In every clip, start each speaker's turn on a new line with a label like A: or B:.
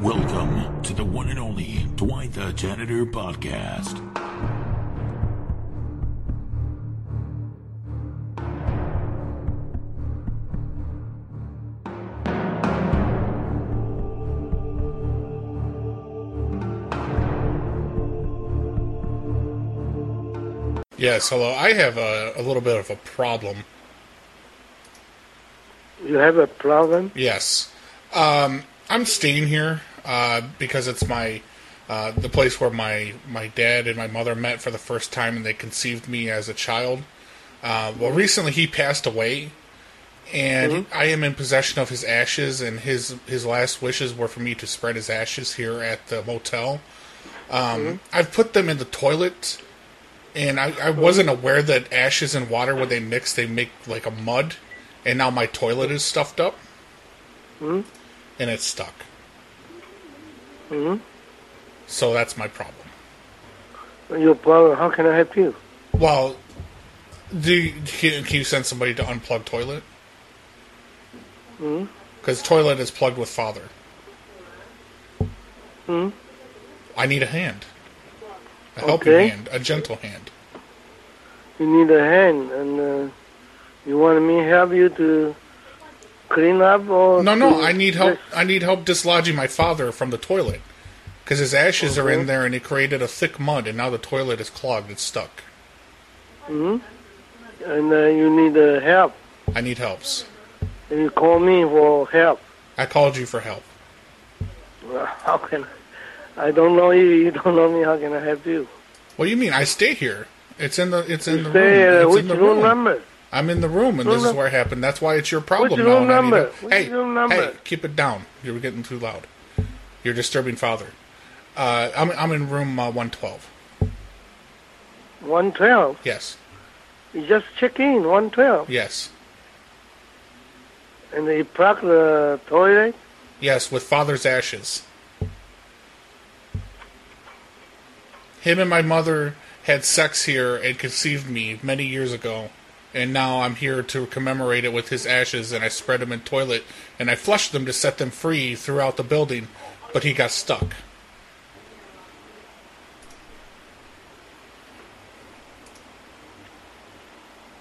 A: Welcome to the one and only Dwight the Janitor podcast.
B: Yes, hello. I have a, a little bit of a problem.
C: You have a problem?
B: Yes, um, I'm staying here uh, because it's my uh, the place where my my dad and my mother met for the first time, and they conceived me as a child. Uh, well, recently he passed away, and I am in possession of his ashes. And his his last wishes were for me to spread his ashes here at the motel. Um, I've put them in the toilet, and I, I wasn't aware that ashes and water, when they mix, they make like a mud. And now my toilet is stuffed up, and it's stuck. So that's my problem.
C: Your problem? How can I help you?
B: Well, do you, can, can you send somebody to unplug toilet? Because toilet is plugged with father. I need a hand, a helping
C: Okay.
B: hand, a gentle hand.
C: You need a hand, and uh, you want me help you to clean up or?
B: No, no,
C: to-
B: I need help. I need help dislodging my father from the toilet because his ashes are in there, and it created a thick mud, and now the toilet is clogged. It's stuck.
C: And uh, you need uh, help.
B: I need helps.
C: And you call me for help.
B: I called you for help.
C: Well, How can I? I don't know you. You don't know me. How can I help you?
B: What do you mean? I stay here. It's in the. It's in the
C: Say uh,
B: room. It's
C: which
B: in the
C: room number?
B: I'm in the room, and
C: Room
B: this is
C: num-
B: where it happened. That's why it's your problem.
C: What's
B: now,
C: room
B: and I need
C: number?
B: to-
C: What's
B: Hey,
C: room number?
B: hey, keep it down. You're getting too loud. You're disturbing father. Uh, I'm I'm in room uh, 112.
C: One twelve.
B: Yes,
C: You just check in. One twelve.
B: yes,
C: And you plug the toilet.
B: yes. With father's ashes. Him and my mother had sex here and conceived me many years ago, and now I'm here to commemorate it with his ashes. And I spread them in toilet, and I flushed them to set them free throughout the building, but he got stuck.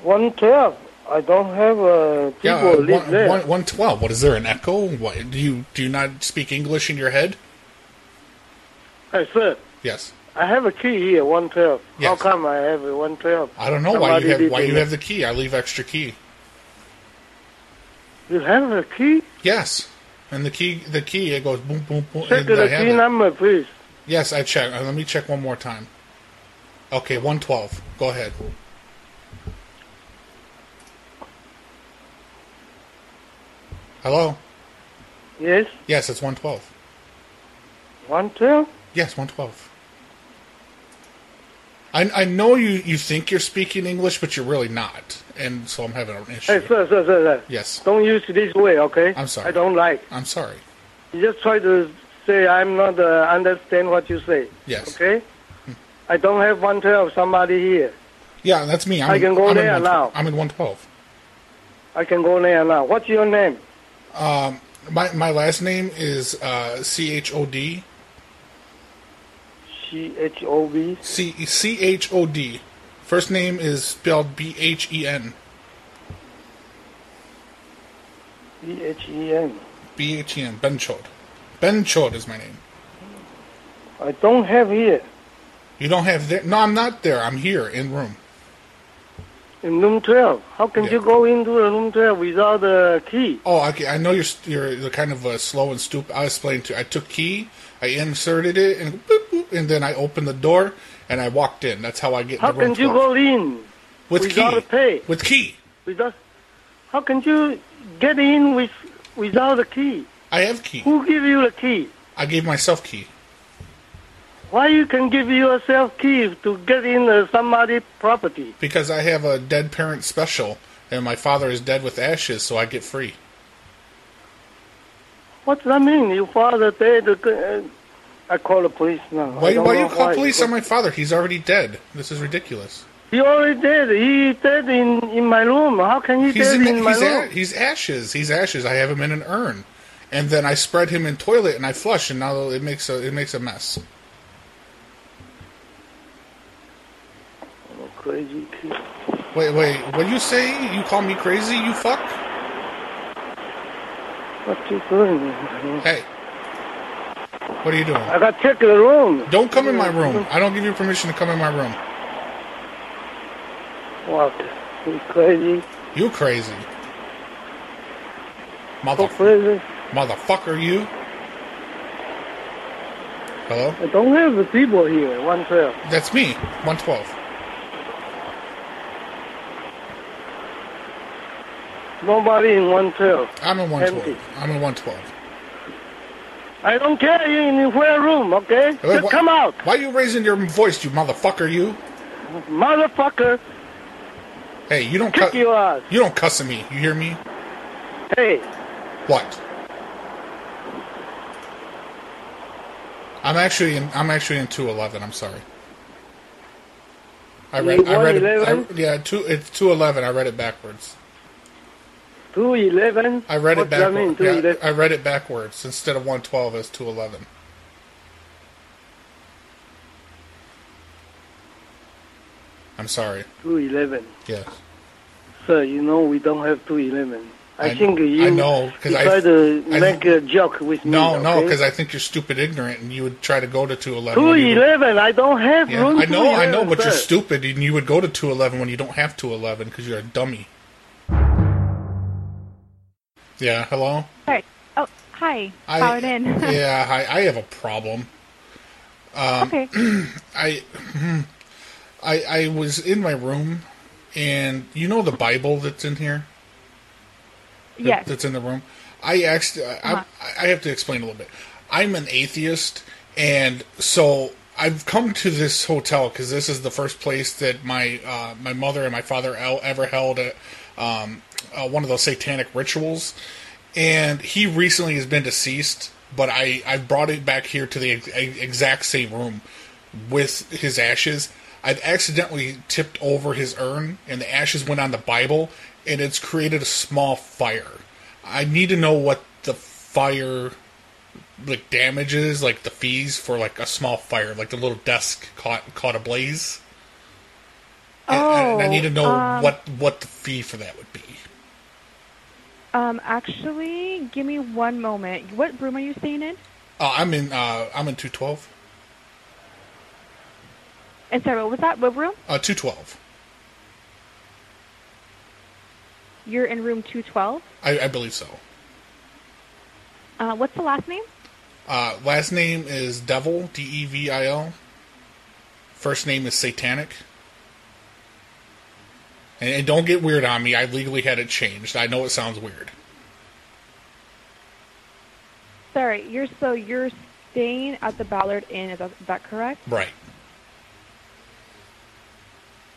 C: One twelve. I don't have uh, people
B: Yeah, uh,
C: live
B: one,
C: there.
B: one, 112. What is there an echo? What do you do you not speak English in your head?
C: Hey, sir.
B: Yes.
C: I have a key here, one twelve.
B: Yes.
C: How come I have a one twelve?
B: I don't know why
C: Somebody
B: you have
C: did
B: why
C: it.
B: you have the key. I leave extra key.
C: You have a key?
B: Yes. And the key the key it goes boom boom boom.
C: Check
B: and I
C: the
B: have
C: key
B: it.
C: number, please.
B: Yes, I check. Uh, Let me check one more time. Okay, 112. Go ahead. Hello.
C: Yes,
B: Yes, it's 112.
C: one twelve.
B: Yes, 112. I, I know you, you think you're speaking English, but you're really not. And so I'm having an issue.
C: Hey, sir, sir, sir, sir.
B: Yes.
C: Don't use this way, okay?
B: I'm sorry.
C: I don't like.
B: I'm sorry.
C: You just try to say I'm not uh, understand what you say.
B: Yes.
C: Okay. I don't have one twelve. Somebody here.
B: Yeah, that's me. I'm
C: I
B: in-
C: can go
B: I'm in
C: there
B: 112.
C: now.
B: I'm in 112.
C: I can go there now. What's your name?
B: Um, My, my last name is uh, C H O D.
C: C H O V.
B: C C H O D. First name is spelled B H E N.
C: B H E N.
B: B H E N. Benchod. Benchod is my name.
C: I don't have here
B: You don't have there. No, I'm not there. I'm here in room.
C: in room twelve. How can
B: Yeah.
C: you go into the room twelve without a key?
B: Oh, okay. I know you're you're the kind of uh, slow and stupid. I explained to. you. I took key, I inserted it, and boop, boop, and then I opened the door and I walked in. That's how I get.
C: How
B: the room
C: can you
B: closed.
C: go in
B: with
C: without
B: key?
C: a pay?
B: With key.
C: without? How can you get in with without a key?
B: I have key.
C: Who give you the key?
B: I gave myself key
C: Why you can give yourself key to get in uh, somebody property?
B: because I have a dead parent special, and my father is dead with ashes, so I get free.
C: What's that mean? Your father dead? Uh, I call the police now. I
B: Why
C: don't
B: why
C: know
B: you call
C: why.
B: police on my father? He's already dead. This is ridiculous.
C: He already dead. He dead in, in my room. How can he
B: He's
C: dead
B: in,
C: in, my
B: he's,
C: room?
B: a, he's ashes. He's ashes. I have him in an urn, and then I spread him in toilet and I flush, and now it makes a it makes a mess.
C: I'm a Oh, crazy kid.
B: Wait, wait, what do you say? You call me crazy? You fuck?
C: What you doing? man?
B: Hey, what are you doing?
C: I got sick in the room.
B: Don't come in my room. I don't give you permission to come in my room.
C: What? You crazy?
B: You crazy,
C: So
B: mother
C: crazy?
B: motherfucker, you. Hello,
C: I don't have the people here. One twelve.
B: that's me. One twelve.
C: Nobody in one twelve.
B: I'm in one twelve.
C: Empty.
B: I'm in one twelve.
C: I don't care you in where room, okay?
B: Wait,
C: Just
B: wha-
C: come out,
B: Why you raising your voice, you motherfucker? You.
C: motherfucker.
B: Hey, you don't
C: Kick
B: cuss. You
C: your ass.
B: don't cuss at me. You hear me?
C: Hey,
B: What? I'm actually in. I'm actually in two eleven. I'm sorry. I
C: You
B: read. I read it. I,
C: 111?
B: yeah, two. It's two eleven. I read it backwards.
C: two eleven.
B: I read
C: what
B: it
C: What mean,
B: backwards.
C: two
B: Yeah, uh,
C: eleven?
B: I read it backwards. Instead of one twelve, it's two eleven. I'm sorry.
C: Two eleven.
B: Yes.
C: Sir, you know we don't have two eleven. I,
B: I-
C: think you.
B: I know, 'cause
C: you
B: I-
C: try to
B: I-
C: make a joke with
B: No,
C: me.
B: no,
C: okay?
B: because I think you're stupid, ignorant, and you would try to go to two eleven.
C: Two eleven. I don't have
B: Yeah,
C: room.
B: I know, I know,
C: 211,
B: but you're
C: sir.
B: stupid, and you would go to 211 when you don't have 211 because you're a dummy. Yeah, hello?
D: Sorry. Oh, hi.
B: I,
D: Powered in.
B: yeah, I, I have a problem.
D: okay.
B: I, hmm, I, I was in my room, and you know the Bible that's in here? that-
D: Yes.
B: that's in the room. I actually, I, I- I have to explain a little bit. I'm an atheist, and so I've come to this hotel because this is the first place that my uh, my mother and my father el- ever held a, um, uh, one of those satanic rituals. And he recently has been deceased, but I I brought it back here to the ex- e-, exact same room with his ashes. I've accidentally tipped over his urn, and the ashes went on the Bible, and it's created a small fire. I need to know what the fire like damage is, like the fees for like a small fire, like the little desk caught caught ablaze. And- and I need to know
D: um,
B: what what the fee for that would be.
D: Um, actually, give me one moment. What room are you staying in?
B: Uh, I'm in uh, I'm in two twelve.
D: And sorry, what was that? What room?
B: Uh, two twelve.
D: You're in room 212.
B: I, I believe so.
D: Uh, what's the last name?
B: Uh, last name is Devil, D E V I L. First name is Satanic. And, and don't get weird on me. I legally had it changed. I know it sounds weird.
D: Sorry, you're so you're staying at the Ballard Inn. Is that, is that correct?
B: Right.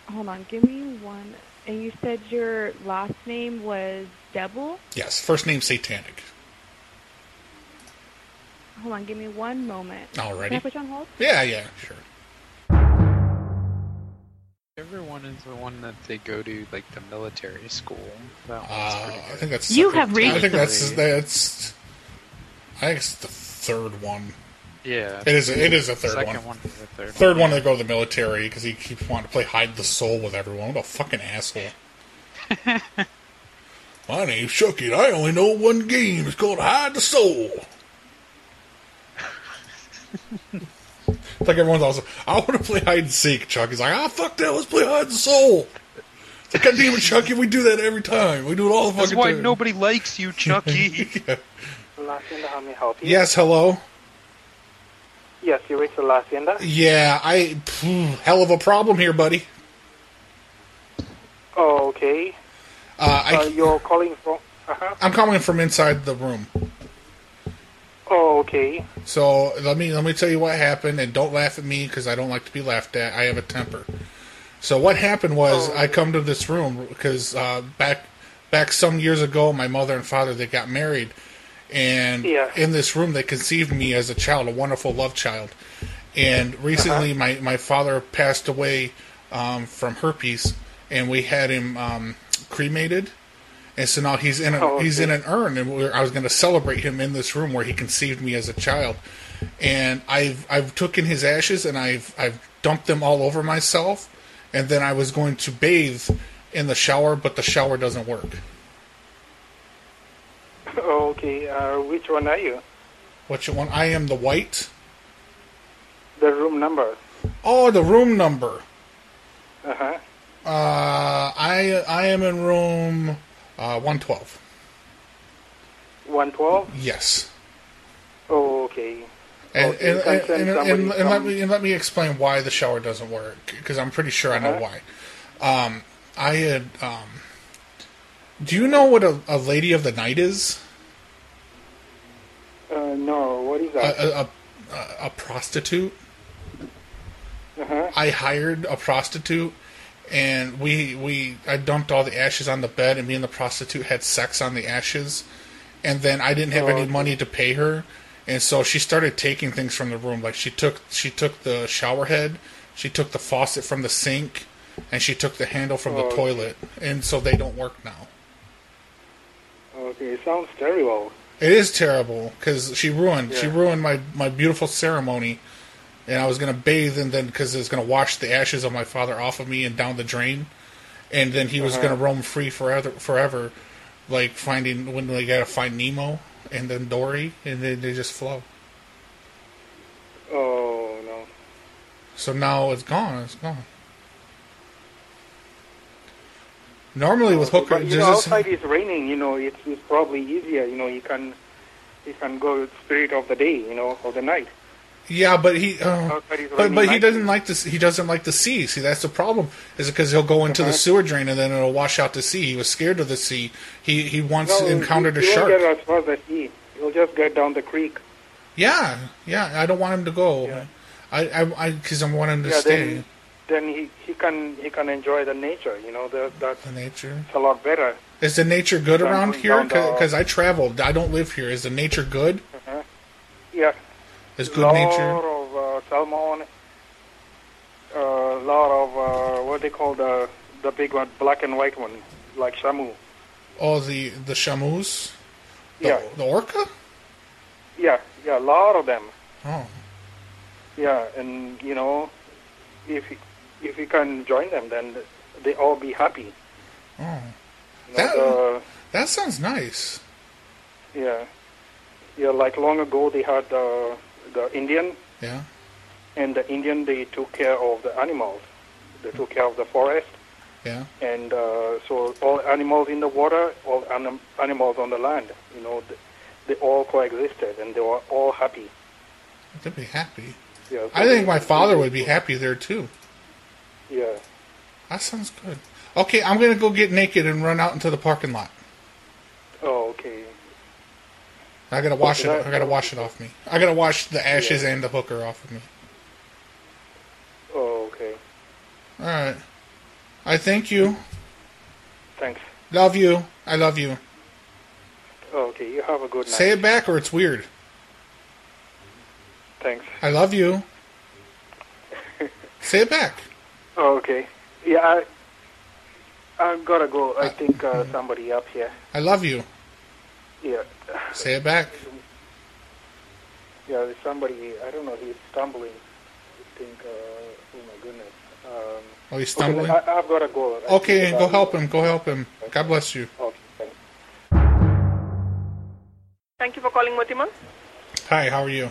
D: Hold on. Give me one. And you said your last name was Devil.
B: Yes. First name Satanic.
D: Hold on. Give me one moment. Can I
B: Alrighty.
D: put you on hold?
B: Yeah, yeah, sure.
E: Everyone is the one that they go to, like the military school. That one's
B: Uh,
F: Ah.
E: pretty
B: I
E: good.
B: think that's.
G: You have reached
B: I think
E: the-
B: that's that's. I think it's the third one.
E: yeah,
B: It is. It is a third
E: second
B: one.
E: one. to the third,
B: Third one to go to the military because he keeps wanting to play hide the soul with everyone. What a fucking asshole. My name's Chucky and I only know one game. It's called Hide the Soul. it's like everyone's also, I want to play hide and seek, Chuck. He's like, ah, fuck that. Let's play hide the soul. It's like, God damn it, Chucky. We do that every time. We do it all the fucking
E: That's why
B: time.
E: nobody likes you, Chucky.
H: La Hacienda, how may I help you?
B: Yes, hello.
H: Yes, you reached the La Hacienda.
B: Yeah, I. phew, hell of a problem here, buddy.
H: Oh, okay.
B: Uh, I,
H: Uh, you're calling from. Uh-huh.
B: I'm calling from inside the room.
H: Oh, okay.
B: So let me let me tell you what happened, and don't laugh at me because I don't like to be laughed at. I have a temper. So what happened was I come to this room because uh, back back some years ago, my mother and father they got married, and
H: Yeah.
B: in this room they conceived me as a child, a wonderful love child. And recently, my my father passed away um, from herpes, and we had him um, cremated And so now he's in a,
H: Oh,
B: he's
H: okay.
B: in an urn, and we're, I was going to celebrate him in this room where he conceived me as a child. And I've I've taken his ashes and I've I've dumped them all over myself, and then I was going to bathe in the shower, but the shower doesn't work.
H: okay. Uh, which one are you?
B: What you want? I am the white.
H: The room number.
B: Oh, the room number.
H: Uh huh.
B: Uh, I I am in room uh, one twelve.
H: One twelve.
B: Yes.
H: Oh, okay.
B: And,
H: Okay,
B: and,
H: thanks,
B: and, and,
H: thanks,
B: and,
H: Oh, somebody
B: and let
H: come.
B: me and let me explain why the shower doesn't work because I'm pretty sure I know
H: Uh-huh.
B: why. Um, I had. Um, do you know what a, a lady of the night is?
H: Uh, no. What is
B: A
H: that?
B: a, a, a prostitute.
H: Uh-huh.
B: I hired a prostitute, and we we I dumped all the ashes on the bed, and me and the prostitute had sex on the ashes, and then I didn't have
H: Oh,
B: any
H: okay.
B: money to pay her, and so she started taking things from the room. Like she took she took the shower head, she took the faucet from the sink, and she took the handle from
H: Oh,
B: the
H: okay.
B: toilet, and so they don't work now.
H: Okay. Sounds terrible.
B: It is terrible because she ruined she
H: Yeah.
B: ruined my my beautiful ceremony, and I was gonna bathe and then because it was gonna wash the ashes of my father off of me and down the drain, and then he was
H: Uh-huh.
B: gonna roam free forever forever, like finding when they gotta find Nemo and then Dory and then they just flow.
H: Oh no.
B: So now it's gone. It's gone. Normally with
H: Okay,
B: hooker,
H: but,
B: does
H: you know,
B: this-
H: outside it's raining. You know, it's, it's probably easier. You know, you can you can go with spirit of the day. You know, of the night.
B: yeah, but he. uh,
H: Outside it's
B: But
H: raining
B: but he
H: night.
B: doesn't like the he doesn't like the sea. See, that's the problem. Is because he'll go into the
H: Uh-huh.
B: sewer drain and then it'll wash out to sea. He was scared of the sea. He he once
H: No,
B: encountered
H: you,
B: a
H: you
B: shark.
H: Won't get as far as the sea. You'll just get down the creek.
B: yeah, yeah. I don't want him to go.
H: Yeah.
B: I I I because I want him to
H: yeah,
B: stay
H: then then he, he can he can enjoy the nature. You know, that that's
B: the nature.
H: a lot better.
B: Is the nature good
H: I'm
B: around
H: going
B: here?
H: down the-
B: Because I traveled. I don't live here. Is the nature good?
H: Yeah,
B: Is good
H: lot
B: nature?
H: of uh, salmon. A uh, lot of uh, what they call the the big one, black and white one, like
B: Oh.
H: shamu.
B: All the the shamus. The,
H: Yeah,
B: The orca.
H: yeah, yeah. A lot of them.
B: Oh.
H: Yeah, and you know, if if you can join them, then they all be happy.
B: Oh,
H: You know,
B: That-
H: the-
B: that sounds nice.
H: yeah, yeah. Like long ago, they had uh, the Indian,
B: Yeah.
H: and the Indian they took care of the animals. They took care of the forest,
B: Yeah.
H: and uh, so all animals in the water, all anim- animals on the land. You know, th- they all coexisted, and they were all happy.
B: They'd be happy.
H: Yeah, so
B: I think
H: they-
B: my father would be happy there too.
H: Yeah.
B: That sounds good. Okay, I'm gonna go get naked and run out into the parking lot.
H: Oh, okay.
B: I gotta wash it.
H: Okay, that-
B: I gotta wash it off me. I gotta wash the ashes and the hooker off of me.
H: Oh, okay.
B: All right. I thank you.
H: Thanks.
B: Love you. I love you.
H: Oh, Okay. You have a good night.
B: Say it back or it's weird.
H: Thanks.
B: I love you. Say it back.
H: Oh, okay. Yeah, I, I've got to go. I think uh, somebody up here.
B: I love you.
H: Yeah,
B: Say it back.
H: yeah, there's somebody. I don't know. He's stumbling. I think, uh, oh my goodness. Um,
B: Oh, he's stumbling.
H: Okay, I, I've got to go. I
B: Okay,
H: think, uh,
B: go help him. Go help him. God bless you.
H: Okay, thanks.
G: Thank you for calling Motima.
B: Hi, how are you?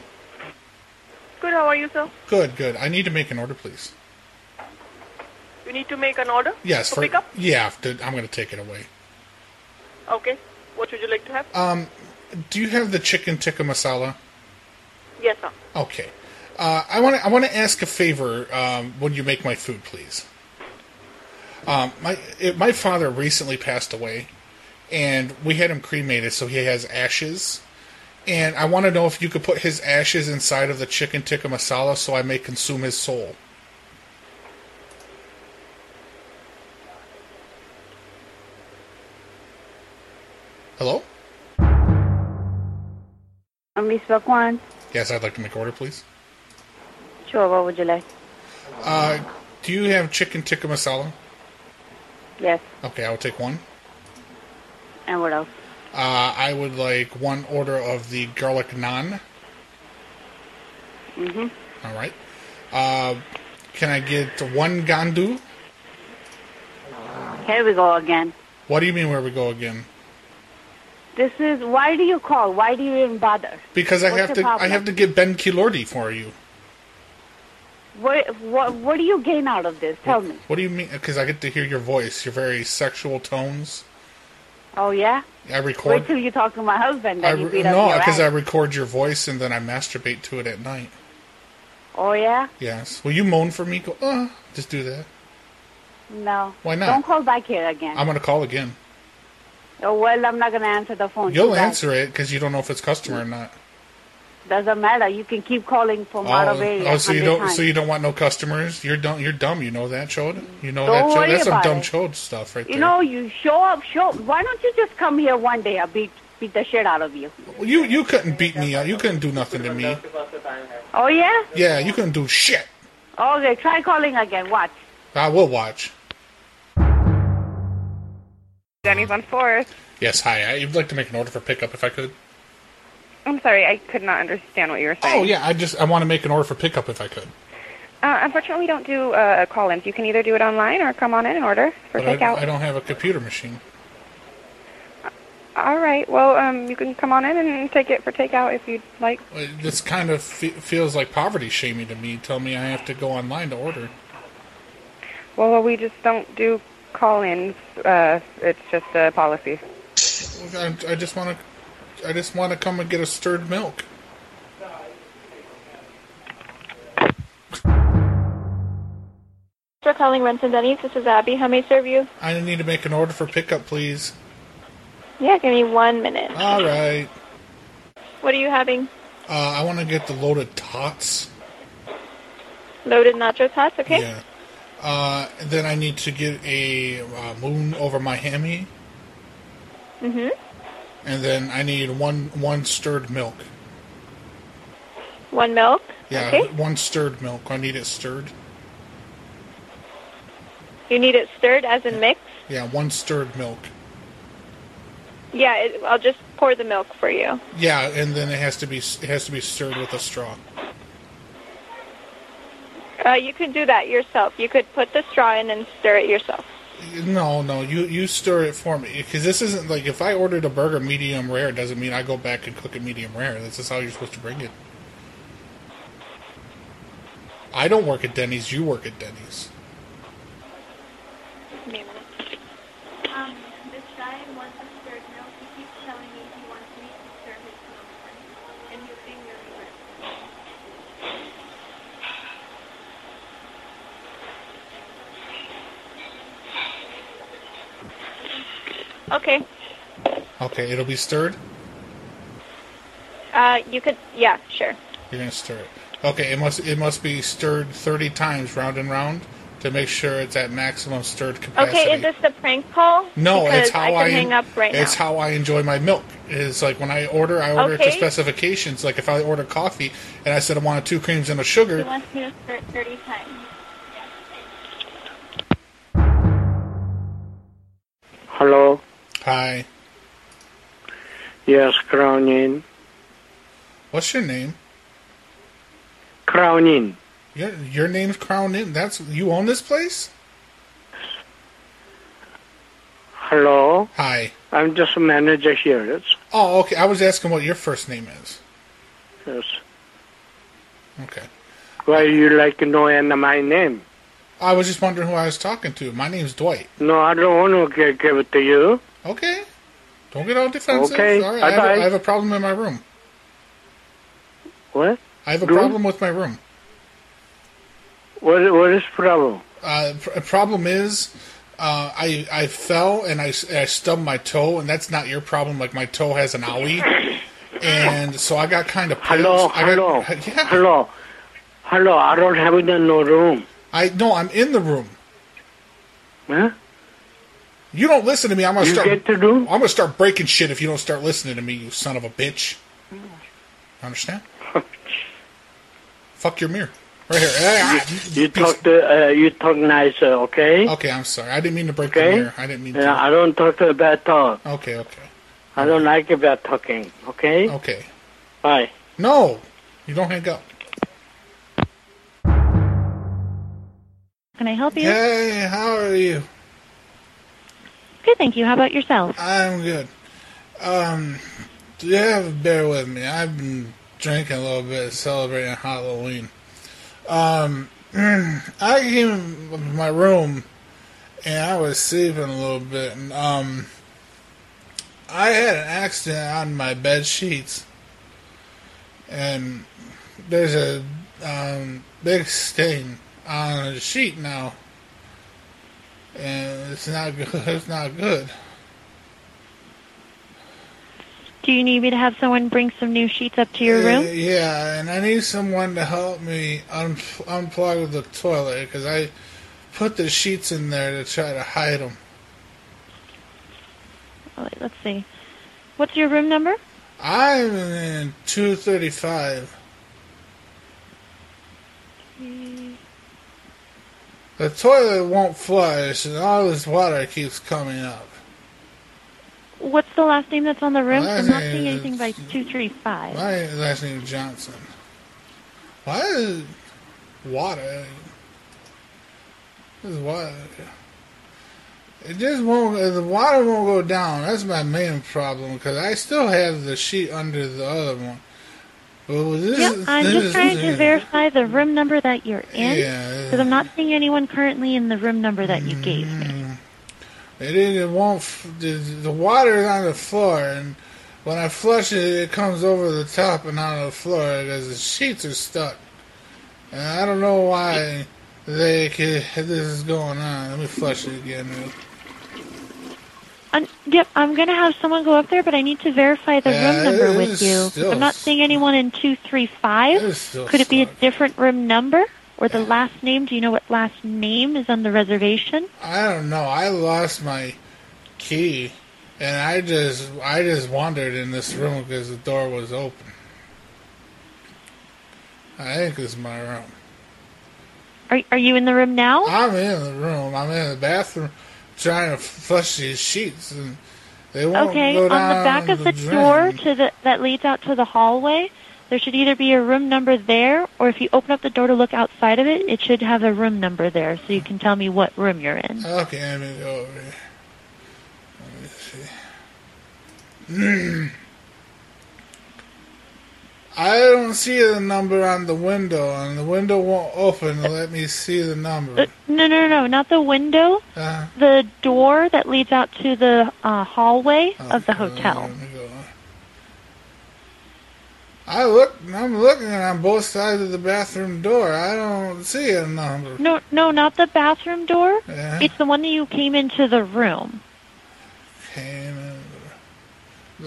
G: Good, how are you, sir?
B: Good, good. I need to make an order, please.
G: You need to make an order?
B: Yes,
G: for,
B: for
G: pickup?
B: yeah, to- I'm gonna take it away.
G: Okay. What would you like to have?
B: Do you have the chicken tikka masala?
G: yes, sir.
B: Okay. Uh, I want to I want to ask a favor um, when you make my food, please. Um, my it, my father recently passed away, and we had him cremated, so he has ashes. And I want to know if you could put his ashes inside of the chicken tikka masala, so I may consume his soul. Hello.
I: Um, Miss Bakwan,
B: Yes, I'd like to make order, please.
I: sure, what would you like?
B: Uh, do you have chicken tikka masala?
I: Yes,
B: Okay, I will take one.
I: And what else?
B: Uh, I would like one order of the garlic naan.
I: Mhm.
B: All right. Uh, can I get one gandu?
I: Here we go again.
B: What do you mean where we go again?
I: This is why do you call? Why do you even bother?
B: Because I
I: What's
B: have to
I: the
B: I
I: problem?
B: have to get Ben Kilordi for you.
I: What what what do you gain out of this? Tell me.
B: What do you mean? Because I get to hear your voice, your very sexual tones.
I: Oh yeah.
B: I
I: Wait
B: record.
I: till you talk to my husband
B: I
I: and you
B: re-
I: beat up
B: no,
I: your
B: because
I: ass.
B: I record your voice and then I masturbate to it at night.
I: Oh yeah.
B: Yes. Will you moan for me? Go. Uh, just do that.
I: No.
B: Why not?
I: Don't call back here again.
B: I'm gonna call again.
I: oh well, I'm not gonna answer the phone. Too
B: You'll
I: bad.
B: answer it because you don't know if it's customer or not.
I: Doesn't matter. You can keep calling from out of area.
B: oh, so you
I: 100
B: don't,
I: times.
B: so you don't want no customers? You're dumb. You're dumb. You know that, Chode. You know
I: Don't
B: that, Chode.
I: worry
B: That's some
I: about
B: dumb
I: it.
B: Chode stuff, right
I: You
B: there.
I: know, you show up, show. Why don't you just come here one day? I'll beat beat the shit out of you.
B: you you couldn't beat me up. You couldn't do nothing to me.
I: Oh yeah.
B: Yeah, you couldn't do shit.
I: Okay. Try calling again. Watch.
B: I will watch.
J: Denny's on Fourth.
B: Yes, hi. I would like to make an order for pickup if I could.
J: I'm sorry, I could not understand what you were saying.
B: Oh yeah, I just I want to make an order for pickup if I could.
J: Uh, unfortunately, we don't do uh, call-ins. You can either do it online or come on in and order for
B: but I,
J: takeout.
B: I don't have a computer machine.
J: All right. Well, um, you can come on in and take it for takeout if you'd like.
B: It- This kind of fe- feels like poverty shaming to me. Tell me I have to go online to order.
J: Well, we just don't do call-ins. Uh, it's just a policy.
B: I, I just want to I just want to come and get a stirred milk.
K: for calling Renton Denny's. This is Abby. How may I serve you?
B: I need to make an order for pickup, please.
K: Yeah, give me one minute.
B: All right.
K: What are you having?
B: Uh, I want to get the loaded tots.
K: Loaded nacho tots, okay?
B: Yeah. Uh, and then I need to get a uh, moon over my hammy,
K: Mm-hmm.
B: and then I need one one stirred milk.
K: One milk.
B: Yeah,
K: Okay.
B: one stirred milk. I need it stirred.
K: You need it stirred as in mixed?
B: Yeah, one stirred milk.
K: Yeah, it, I'll just pour the milk for you.
B: Yeah, and then it has to be it has to be stirred with a straw.
K: Uh, you could do that yourself. You could put the straw in and stir it yourself.
B: No, no, you you stir it for me because this isn't like if I ordered a burger medium rare, it doesn't mean I go back and cook it medium rare. This is how you're supposed to bring it. I don't work at Denny's. You work at Denny's.
K: Give me a minute.
L: Um, this guy wants a stirred milk. He keeps telling me he wants me to stir his milk for him. And he's being really rude.
K: Okay.
B: Okay, it'll be stirred.
K: Uh, you could, yeah, sure.
B: You're gonna stir it. Okay, it must it must be stirred thirty times round and round to make sure it's at maximum stirred capacity.
K: Okay, is this the prank call?
B: No,
K: because
B: it's how
K: I
B: I,
K: can hang up right
B: it's
K: now.
B: how I enjoy my milk. It's like when I order, I order it to
K: Okay.
B: specifications. Like if I order coffee and I said I wanted two creams and a sugar,
L: He wants me to stir it 30 times.
C: Hello.
B: Hi.
C: Yes, Crownin.
B: What's your name?
C: Crownin.
B: Your your name's Crown Inn. That's you own this place?
C: Hello.
B: Hi.
C: I'm just a manager here. Yes.
B: Oh, okay. I was asking what your first name is.
C: yes.
B: Okay.
C: Why you like to know and my name?
B: I was just wondering who I was talking to. My name's Dwight.
C: No, I don't want to give, give it to you.
B: Okay. Don't get all defensive.
C: Okay,
B: All right. I have, a,
C: bye-bye.
B: I have a problem in my room.
C: What?
B: I have a
C: Room?
B: problem with my room.
C: What? What is problem?
B: Uh, pr- problem is, uh, I I fell and I, s- I stubbed my toe, and that's not your problem. Like my toe has an owie, and so I got kind of pissed.
C: Hello,
B: I
C: hello,
B: got, yeah.
C: hello, hello. I don't have it in no room.
B: I no, I'm in the room.
C: Huh?
B: You don't listen to me. I'm gonna
C: You
B: start.
C: get to do?
B: I'm gonna start breaking shit if you don't start listening to me, you son of a bitch. Understand? Fuck your mirror. Right here. Ah,
M: You talk to, uh, you talk nicer, okay?
B: Okay, I'm sorry. I didn't mean to break
M: Okay.
B: the mirror. I didn't mean
C: Uh,
M: Yeah, I don't talk to bad talk.
B: to. Okay, okay.
M: I don't like bad talking, okay?
B: Okay.
M: Bye.
B: No, you don't hang up.
N: Can I help you?
B: Hey, how are you?
N: Good, thank you. How about yourself?
B: I'm good. Um, yeah, bear with me. I've been drinking a little bit, celebrating Halloween. Um, I came up to my room and I was sleeping a little bit, and um, I had an accident on my bed sheets, and there's a um, big stain on the sheet now, and it's not good. It's not good.
N: Do you need me to have someone bring some new sheets up to your
B: Uh,
N: room?
B: yeah, and I need someone to help me un- unplug the toilet because I put the sheets in there to try to hide them.
N: All right, let's see. What's your room number?
B: I'm in 235.
L: Mm,
B: The toilet won't flush, and all this water keeps coming up.
N: What's the last name that's on the room?
B: My
N: I'm not
B: name
N: seeing
B: is-
N: anything by 235.
B: My last name is Johnson. Why is water? This is water. It just won't. The water won't go down. That's my main problem because I still have the sheet under the other one. But this
N: Yep,
B: is,
N: I'm
B: this
N: just
B: is-
N: trying to verify the room number that you're in
B: Yeah.
N: because I'm not seeing anyone currently in the room number that you gave
B: Mm.
N: me.
B: It, is- it won't. f- The, the water is on the floor, and when I flush it, it comes over the top and onto the floor because the sheets are stuck. And I don't know why they could, this is going on. Let me flush it again.
N: i yep, I'm going to have someone go up there, but I need to verify the
B: Yeah,
N: room number
B: it
N: with
B: is
N: you.
B: still
N: I'm not seeing anyone in 235.
B: still
N: Could it be a different room number or the last name? Do you know what last name is on the reservation?
B: I don't know. I lost my key, and I just I just wandered in this room because the door was open. I think it's my room.
N: Are, are you in the room now?
B: I'm in the room. I'm in the bathroom trying to flush these sheets, and they won't
N: Okay,
B: go
N: on the
B: down.
N: back of the
B: drain.
N: door to the that leads out to the hallway, there should either be a room number there, or if you open up the door to look outside of it, it should have a room number there, so you can tell me what room you're in.
B: Okay, let me go over here. Let me see. Mm. I don't see the number on the window, and the window won't open to let me see the number.
N: No, no, no, not the window.
B: Uh,
N: The door that leads out to the uh, hallway of the hotel.
F: Um,
B: I look. I'm looking on both sides of the bathroom door. I don't see a number.
N: No, no, not the bathroom door.
B: Yeah.
N: It's the one that you came into the room.
B: Came in.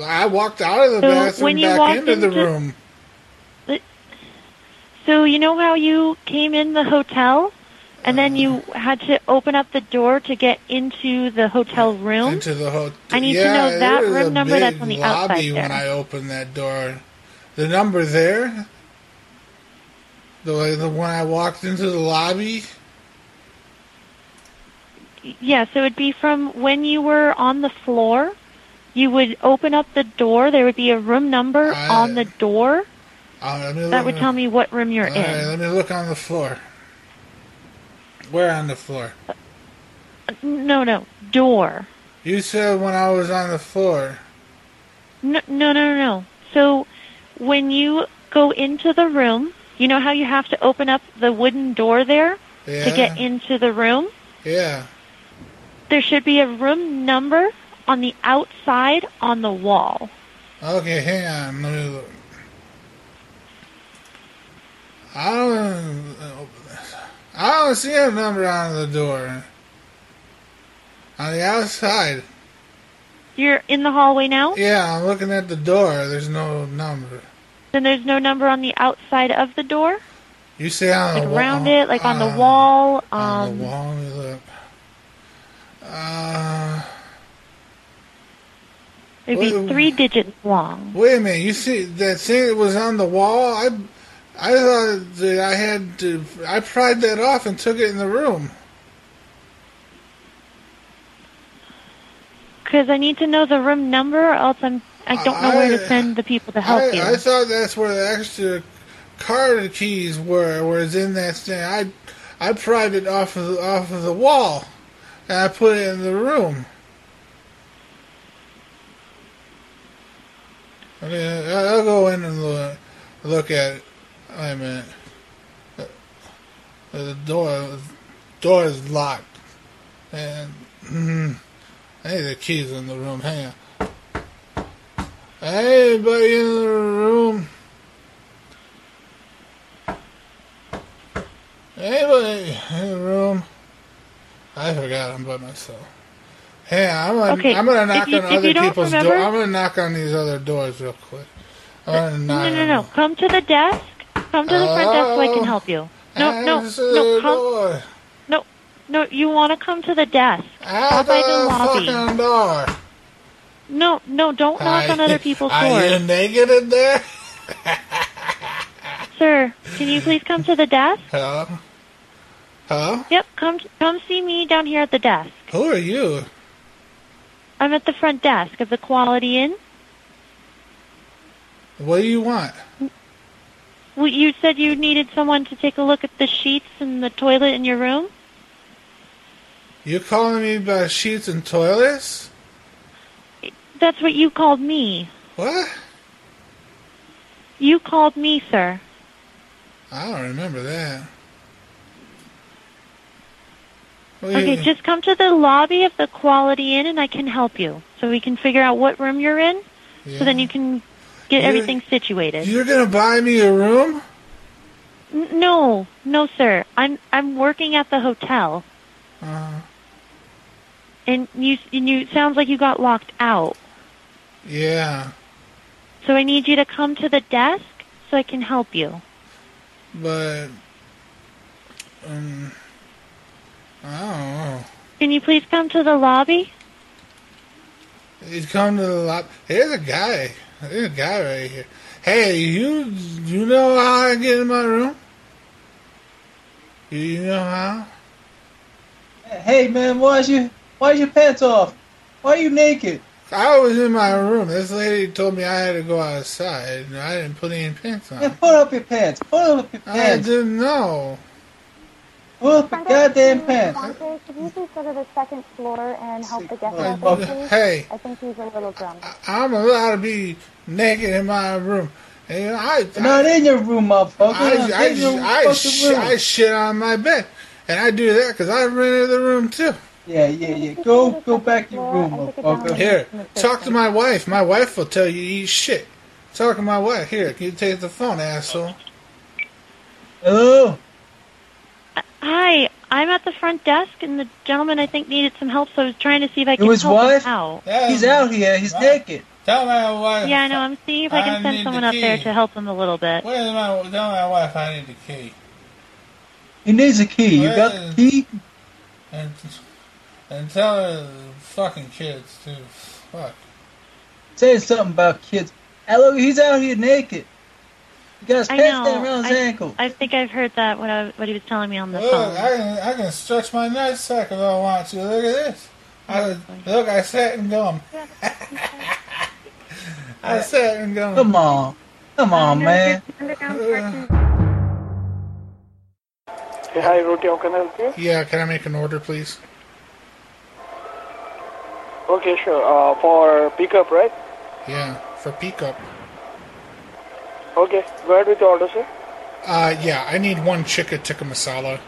B: I walked out of the
N: So
B: bathroom
N: when you
B: back
N: walked
B: into, the
N: into-
B: room.
N: So you know how you came in the hotel, and then you
B: Uh.
N: had to open up the door to get into the hotel room.
B: Into the hotel.
N: I need to
B: yeah,
N: know that
B: there was
N: room
B: a
N: number
B: big
N: that's on the outside
B: lobby
N: there.
B: When I opened that door, the number there, the the one I walked into the lobby.
N: Yeah, so it'd be from when you were on the floor. You would open up the door. There would be a room number on the door
B: Uh, let me
N: that
B: look
N: would
B: at-
N: tell me what room you're
B: All right,
N: in.
B: let me look on the floor. Where on the floor?
N: No, no, door.
B: You said when I was on the floor.
N: No, no, no, no. So when you go into the room, you know how you have to open up the wooden door there to
B: Yeah.
N: get into the room?
B: Yeah.
N: There should be a room number on the outside on the wall.
B: Okay, hang on. Let me look. I don't. I don't see a number on the door. On the outside.
N: You're in the hallway now?
B: Yeah, I'm looking at the door. There's no number.
N: Then there's no number on the outside of the door?
B: You say on
N: Like
B: the wall.
N: around it, like on
B: uh,
N: the wall?
B: Oh,
N: Um,
B: on the wall. Let me look. Uh,
N: It'd be
B: Wait.
N: three digits long.
B: Wait a minute, you see that thing that was on the wall? I I thought that I had to. I pried that off and took it in the room.
N: Because I need to know the room number, or else I'm I don't know where to send the people to help
B: I,
N: you.
B: I thought that's where the extra card keys were. Was in that thing. I I pried it off of the, off of the wall, and I put it in the room. Okay, I- I'll go in and look, look at. it. Wait a minute. Uh, The door door is locked, and I need the keys in the room. Hang on. Anybody in the room? Anybody in the room? I forgot I'm by myself. Hey, I'm gonna,
N: Okay,
B: I'm gonna
N: if
B: knock
N: you-
B: on
N: if you
B: other
N: don't
B: people's doors.
N: remember-
B: I'm gonna knock on these other doors real quick. I'm gonna knock.
N: no, no,
B: on-
N: no. Come to the desk. Come to the front desk so I can help you. No, no, no. Come. No, no. You want to come to the desk. Out by the lobby.
B: fucking door.
N: No, no. Don't knock on other people's
B: Are
N: doors.
B: you naked in there?
N: Sir, can you please come to the desk?
B: Hello? Hello?
N: Yep, come come see me down here at the desk.
B: Who are you?
N: I'm at the front desk of the Quality Inn.
B: What do you want?
N: Well, you said you needed someone to take a look at the sheets and the toilet in your room.
B: You calling me about sheets and toilets?
N: That's what you called me.
B: What?
N: You called me, sir.
B: I don't remember that. What
N: Okay,
B: you-
N: just come to the lobby of the Quality Inn and I can help you. So we can figure out what room you're in. So then you can get
B: You're-
N: everything situated.
B: You're gonna buy me a room?
N: N- no, no, sir. I'm I'm working at the hotel,
B: Uh,
N: and you and you sounds like you got locked out.
B: yeah,
N: So I need you to come to the desk so I can help you.
B: but um, I don't know.
N: Can you please come to the lobby?
B: He's come to the lot. Here's a guy. There's a guy right here. Hey, you you know how I get in my room? You, you know how?
O: Hey man, why's your why's your pants off? Why are you naked?
B: I was in my room. This lady told me I had to go outside, and I didn't put any pants on.
O: Man, put up your pants. Put up your
B: I
O: pants.
B: didn't know.
O: Put up your goddamn pants.
P: Andre, could you please go to the second floor and help the guest
B: Hey,
P: out, please?
B: hey.
P: I think he's a little drunk.
B: I'm allowed to be naked in my room. And, you know, I,
O: Not in your room, motherfucker. Not
B: I, I,
O: in your
B: I, I,
O: fucking
B: sh-
O: room.
B: I shit on my bed. And I do that because I rented the room too.
O: Yeah, yeah, yeah. Go go back to your room, motherfucker.
B: Here, talk to my wife. My wife will tell you you eat shit. Talk to my wife. Here, can you take the phone, asshole?
O: Hello?
N: Hi, I'm at the front desk, and the gentleman I think needed some help, so I was trying to see if I
O: It
N: could
O: was
N: help
O: wife.
N: him out.
O: He's out here. He's naked.
B: Tell my wife.
N: Yeah, I know. I'm seeing if I
B: I
N: can
B: need
N: send someone
B: the
N: up there
B: key.
N: to help him a little bit.
B: Where's my, tell my wife I need the key.
O: He needs a key. You got the key?
B: And, and tell her the fucking kids too. Fuck.
O: Saying something about kids. Hello, he's out here naked. He got his
N: I
O: pants
N: know.
O: down around his
N: I,
O: ankle.
N: I think I've heard that what I, what he was telling me on the
B: Look,
N: phone.
B: I can, I can stretch my nutsack if I want to. Look at this. I, look, I sat and gum. I sat and gum.
O: Come on. Come on, man.
H: hi, Rudy. How can I help you?
B: Yeah, can I make an order, please?
H: Okay, sure. Uh, for pickup, right?
B: Yeah, for pickup.
H: Okay. Where do you order, sir?
B: Uh, yeah, I need one chicken tikka masala.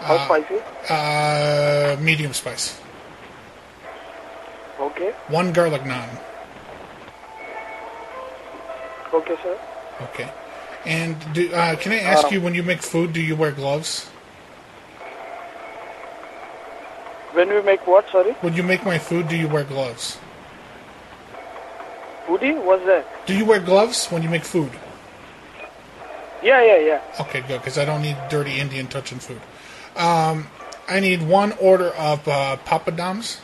H: How
B: Uh-huh.
H: spicy?
B: Uh, medium spice.
H: Okay.
B: One garlic naan.
H: Okay, sir.
B: Okay. And do, uh, can I ask
H: Uh,
B: you, when you make food, do you wear gloves?
H: When we make what? Sorry.
B: When you make my food, do you wear gloves?
H: Woody? What's that?
B: Do you wear gloves when you make food?
H: Yeah, yeah, yeah.
B: Okay, good, because I don't need dirty Indian touching food. Um, I need one order of uh, papadums.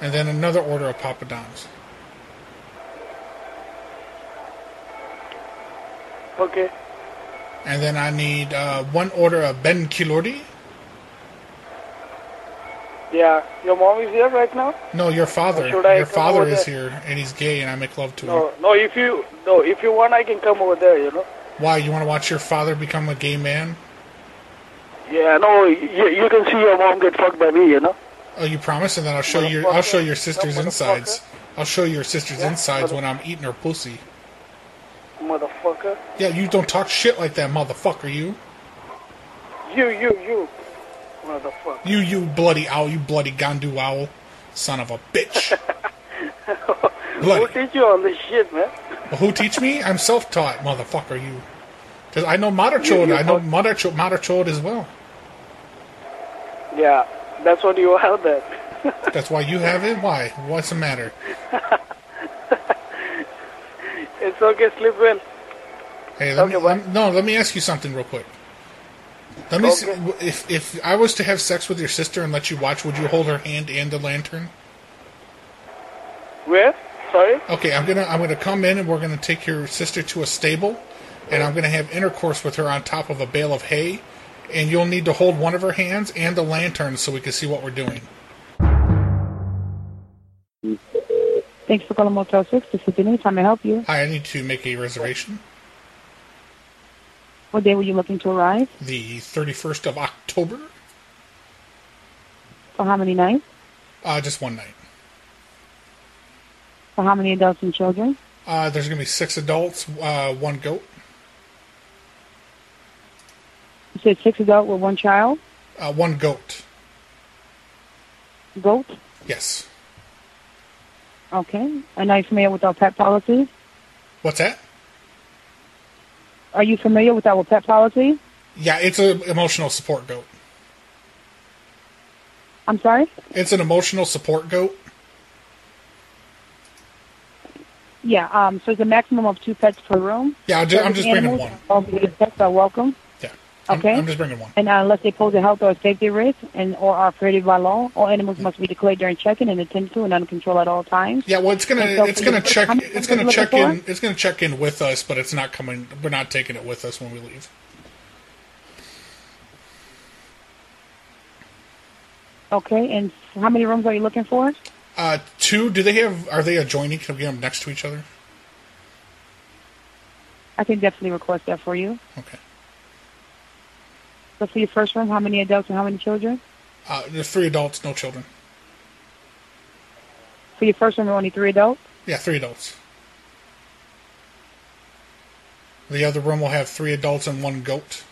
B: And then another order of papadums.
H: Okay.
B: And then I need uh, one order of Ben Kilordi.
H: Yeah. Your mom is here right now.
B: No, your father.
H: Should I
B: Your
H: come
B: father
H: over
B: is
H: there?
B: here, and he's gay, and I make love to him.
H: No, no. If you no, if you want, I can come over there. You know.
B: Why? You want to watch your father become a gay man?
H: Yeah. No. You, you can see your mom get fucked by me. You know.
B: Oh, you promise, and then I'll show your I'll show your sister's insides. I'll show your sister's insides when I'm eating her pussy.
H: Motherfucker.
B: Yeah, you don't talk shit like that, motherfucker. You,
H: You. You. You. Motherfucker.
B: you, you bloody owl, you bloody gandu owl, son of a bitch. bloody.
H: Who teach you all this shit, man?
B: Well, who teach me? I'm self-taught, motherfucker. You, because I know Mother Chode.
H: you
B: I know Mother Chode, Mother Chode as well.
H: Yeah. That's what you are. That.
B: That's why you have it. Why? What's the matter?
H: It's okay. Sleep well.
B: Hey, let me, lem- no, let me ask you something real quick. Let me see, w- if if I was to have sex with your sister and let you watch, would you hold her hand and the lantern?
H: Where? Sorry.
B: Okay, I'm gonna I'm gonna come in and we're gonna take your sister to a stable, and I'm gonna have intercourse with her on top of a bale of hay, and you'll need to hold one of her hands and the lantern so we can see what we're doing.
Q: Thanks for calling Motel 6. This is Denise. How may I help you?
B: Hi, I need to make a reservation.
Q: What day were you looking to arrive?
B: The 31st of October,
Q: For how many nights?
B: uh, just one night.
Q: For how many adults and children?
B: Uh, there's gonna be six adults, uh, one goat.
Q: You said six adults with one child?
B: Uh, one goat.
Q: Goat?
B: Yes.
Q: Okay. And are you familiar with our pet policy?
B: What's that?
Q: Are you familiar with our pet policy?
B: Yeah, it's an emotional support goat.
Q: I'm sorry?
B: It's an emotional support goat.
Q: Yeah, um, so it's a maximum of two pets per room.
B: Yeah, I'm ju- I'm just bringing
Q: Animals, All the pets are welcome.
B: Yeah.
Q: Okay.
B: I'm just bringing one.
Q: And uh, unless they pose a health or safety risk and or are prohibited by law, all animals must be declared during check-in and attended to and under control at all times.
B: Yeah, well, it's gonna
Q: And so
B: it's
Q: for
B: gonna
Q: your first
B: check
Q: time,
B: it's
Q: what are
B: gonna
Q: you
B: check
Q: looking
B: in it's gonna check in with us, but it's not coming. We're not taking it with us when we leave.
Q: for? Okay, and how many rooms are you looking for?
B: Uh, two? Do they have? Are they adjoining? Can we get them next to each other?
Q: I can definitely request that for you.
B: Okay.
Q: So for your first room, how many adults and how many children?
B: Uh, there's three adults, no children.
Q: For your first room, only three adults.
B: Yeah, three adults. The other room will have three adults and one goat.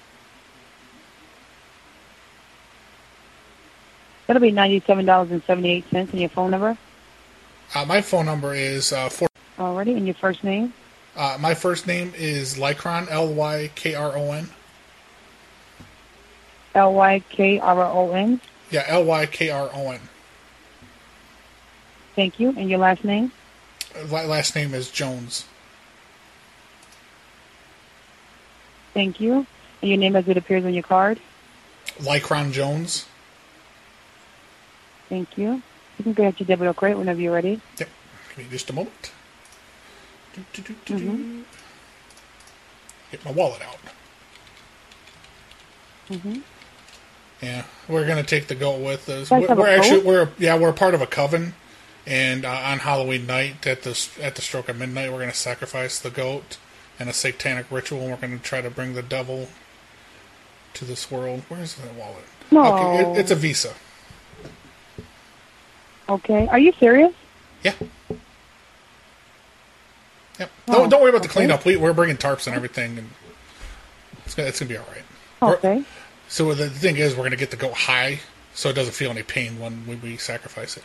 Q: That'll be ninety-seven dollars and seventy-eight cents. And your phone number
B: Uh, my phone number is uh, four.
Q: already, and your first name.
B: Uh, my first name is Lycron, L Y K R O N.
Q: L Y K R O N.
B: Yeah, L Y K R O N.
Q: Thank you. And your last name.
B: La- Last name is Jones.
Q: Thank you. And your name as it appears on your card.
B: Lycron Jones.
Q: Thank you. You can go ahead to double crate whenever you're ready.
B: Yep. Give me just a moment.
Q: Mhm.
B: Get my wallet out.
Q: Mhm.
B: Yeah, we're gonna take the goat with us.
Q: Guys
B: We're,
Q: have a
B: we're actually
Q: goat?
B: we're yeah we're part of a coven, and uh, on Halloween night at the s- at the stroke of midnight we're gonna sacrifice the goat in a satanic ritual, and we're gonna try to bring the devil to this world. Where's that wallet? Okay,
Q: No.
B: it, it's a visa.
Q: Okay. Are you serious?
B: Yep. don't don't worry about the
Q: Oh. okay.
B: cleanup. We we're bringing tarps and everything, and it's gonna it's gonna be all right.
Q: Okay.
B: So the thing is, we're going to get the goat high, so it doesn't feel any pain when we, we sacrifice it.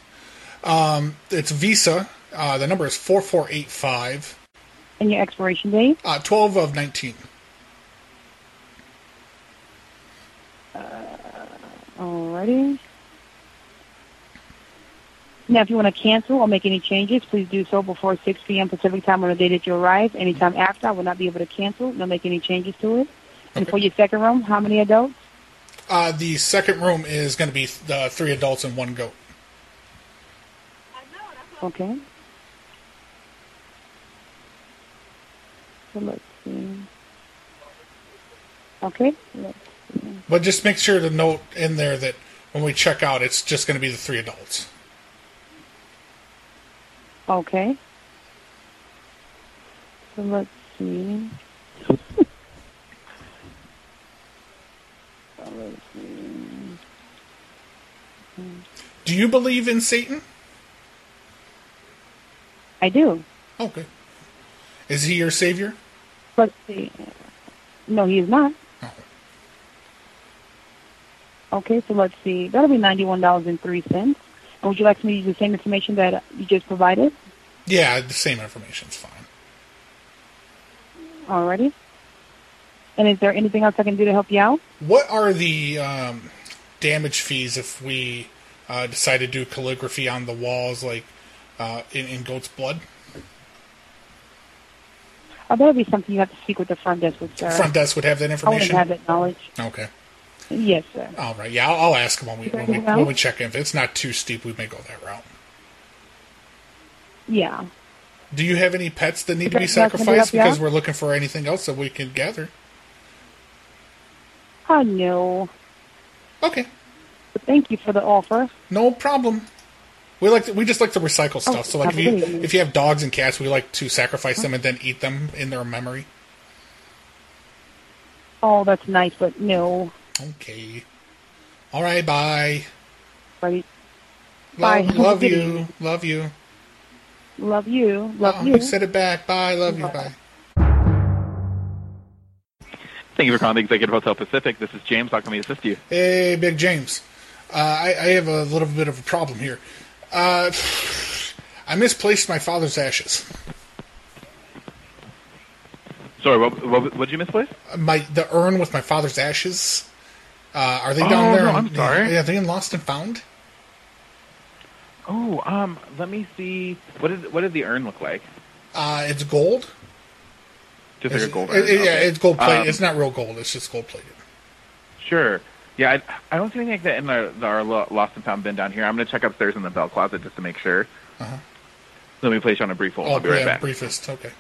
B: Um, it's Visa. Uh, the number is four four eight five.
Q: And your expiration date.
B: Uh, Twelve of nineteen.
Q: Alrighty. Now, if you want to cancel or make any changes, please do so before 6 p.m. Pacific time on the day that you arrive. Anytime after, I will not be able to cancel nor make any changes to it. And for your second room, how many adults?
B: Uh, the second room is going to be th- the three adults and one goat.
Q: Okay. So let's see. Okay.
B: But just make sure to note in there that when we check out, it's just going to be the three adults.
Q: Okay. So let's see. So let's see.
B: Do you believe in Satan?
Q: I do.
B: Okay. Is he your savior?
Q: Let's see. No, he is not. Okay, so let's see. That'll be ninety-one dollars and three cents. And would you like me to use the same information that you just provided?
B: Yeah, the same information's fine.
Q: Alrighty. And is there anything else I can do to help you out?
B: What are the um, damage fees if we uh, decide to do calligraphy on the walls, like uh, in, in goat's blood?
Q: Oh, that'll be something you have to speak with the front desk with, sir.
B: Front desk would have that
Q: I wouldn't
B: information.
Q: have that knowledge.
B: Okay.
Q: Yes, sir.
B: All right. Yeah, I'll, I'll ask him when we when we,
Q: Anything else?
B: when we check in. If it's not too steep, we may go that route.
Q: Yeah.
B: Do you have any pets that need to be
Q: Is that- that's gonna
B: sacrificed?
Q: help you out?
B: Because we're looking for anything else that we can gather.
Q: Oh no.
B: Okay.
Q: Thank you for the offer.
B: No problem. We like to, we just like to recycle stuff.
Q: Oh,
B: so like if you
Q: absolutely.
B: if you have dogs and cats, we like to sacrifice them and then eat them in their memory.
Q: Oh, that's nice, but no.
B: Okay. All right. Bye.
Q: Right. Bye.
B: Love,
Q: Have a
B: love
Q: good
B: you.
Q: evening.
B: Love you.
Q: Love you. Love
B: Oh,
Q: you.
B: you said it back. Bye. Love you. Bye.
F: Thank you for calling the Executive Hotel Pacific. This is James. How can we assist you?
B: Hey, Big James. Uh, I, I have a little bit of a problem here. Uh, I misplaced my father's ashes.
F: Sorry, what, what, what did you misplace?
B: My the urn with my father's ashes. Uh, are they
F: Oh,
B: down there?
F: no,
B: on-
F: I'm sorry.
B: Yeah, are they in Lost and Found?
F: Oh, um, let me see. What is what does the urn look like?
B: Uh, it's gold.
F: Just like a
B: It's-
F: gold
B: it-
F: urn.
B: it- Yeah,
F: okay.
B: it's gold plated.
F: Um,
B: it's not real gold. It's just gold plated.
F: Sure. Yeah, I, I don't see anything like that in our, our lo- lost and found bin down here. I'm going to check upstairs in the bell closet just to make sure.
B: Uh-huh.
F: Let me place you on a brief hold.
B: Oh,
F: I'll be right
B: yeah,
F: back.
B: briefest. Okay.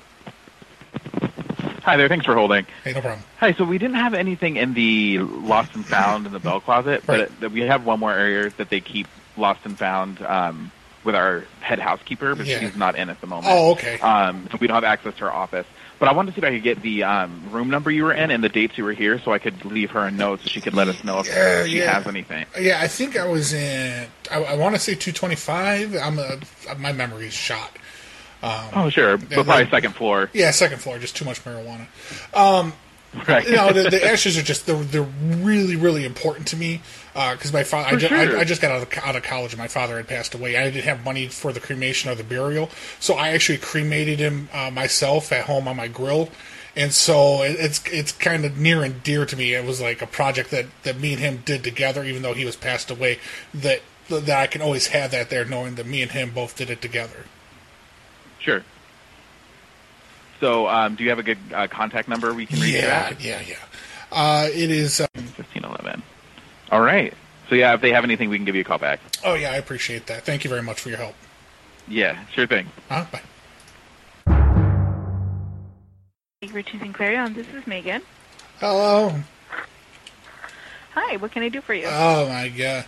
F: Hi there. Thanks for holding.
B: Hey, no problem.
F: Hi. So we didn't have anything in the lost and found in the bell closet, but it- we have one more area that they keep lost and found um, with our head housekeeper, but
B: Yeah.
F: she's not in at the moment.
B: Oh, okay.
F: Um, so we don't have access to her office. But I wanted to see if I could get the um, room number you were in and the dates you were here, so I could leave her a note so she could let us know if
B: Yeah,
F: she
B: yeah.
F: has anything.
B: Yeah, I think I was in. I, I want to say 225. I'm a, my memory is shot. Um,
F: Oh, sure,
B: yeah,
F: but probably
B: that-
F: second floor.
B: Yeah, second floor, just too much marijuana. Um,
F: Right.
B: You know, the, the ashes are just they're, they're really really important to me because my father I,
F: For
B: ju-
F: sure.
B: I, I just got out of, co- out of college and my father had passed away. I didn't have money for the cremation or the burial, so I actually cremated him uh, myself at home on my grill. And so it, it's it's kind of near and dear to me. It was like a project that, that me and him did together, even though he was passed away. That that I can always have that there, knowing that me and him both did it together.
F: Sure. So, um, do you have a good uh, contact number we can reach you
B: Yeah,
F: at?
B: yeah, yeah. Uh, it is. Uh,
F: Fifteen eleven. All right. So yeah, if they have anything, we can give you a call back.
B: oh yeah, I appreciate that. Thank you very much for your help.
F: Yeah, sure thing.
B: Huh? Bye.
R: Thank you for choosing Clarion. This is Megan.
B: Hello.
R: Hi, what can I do for you?
B: Oh my god.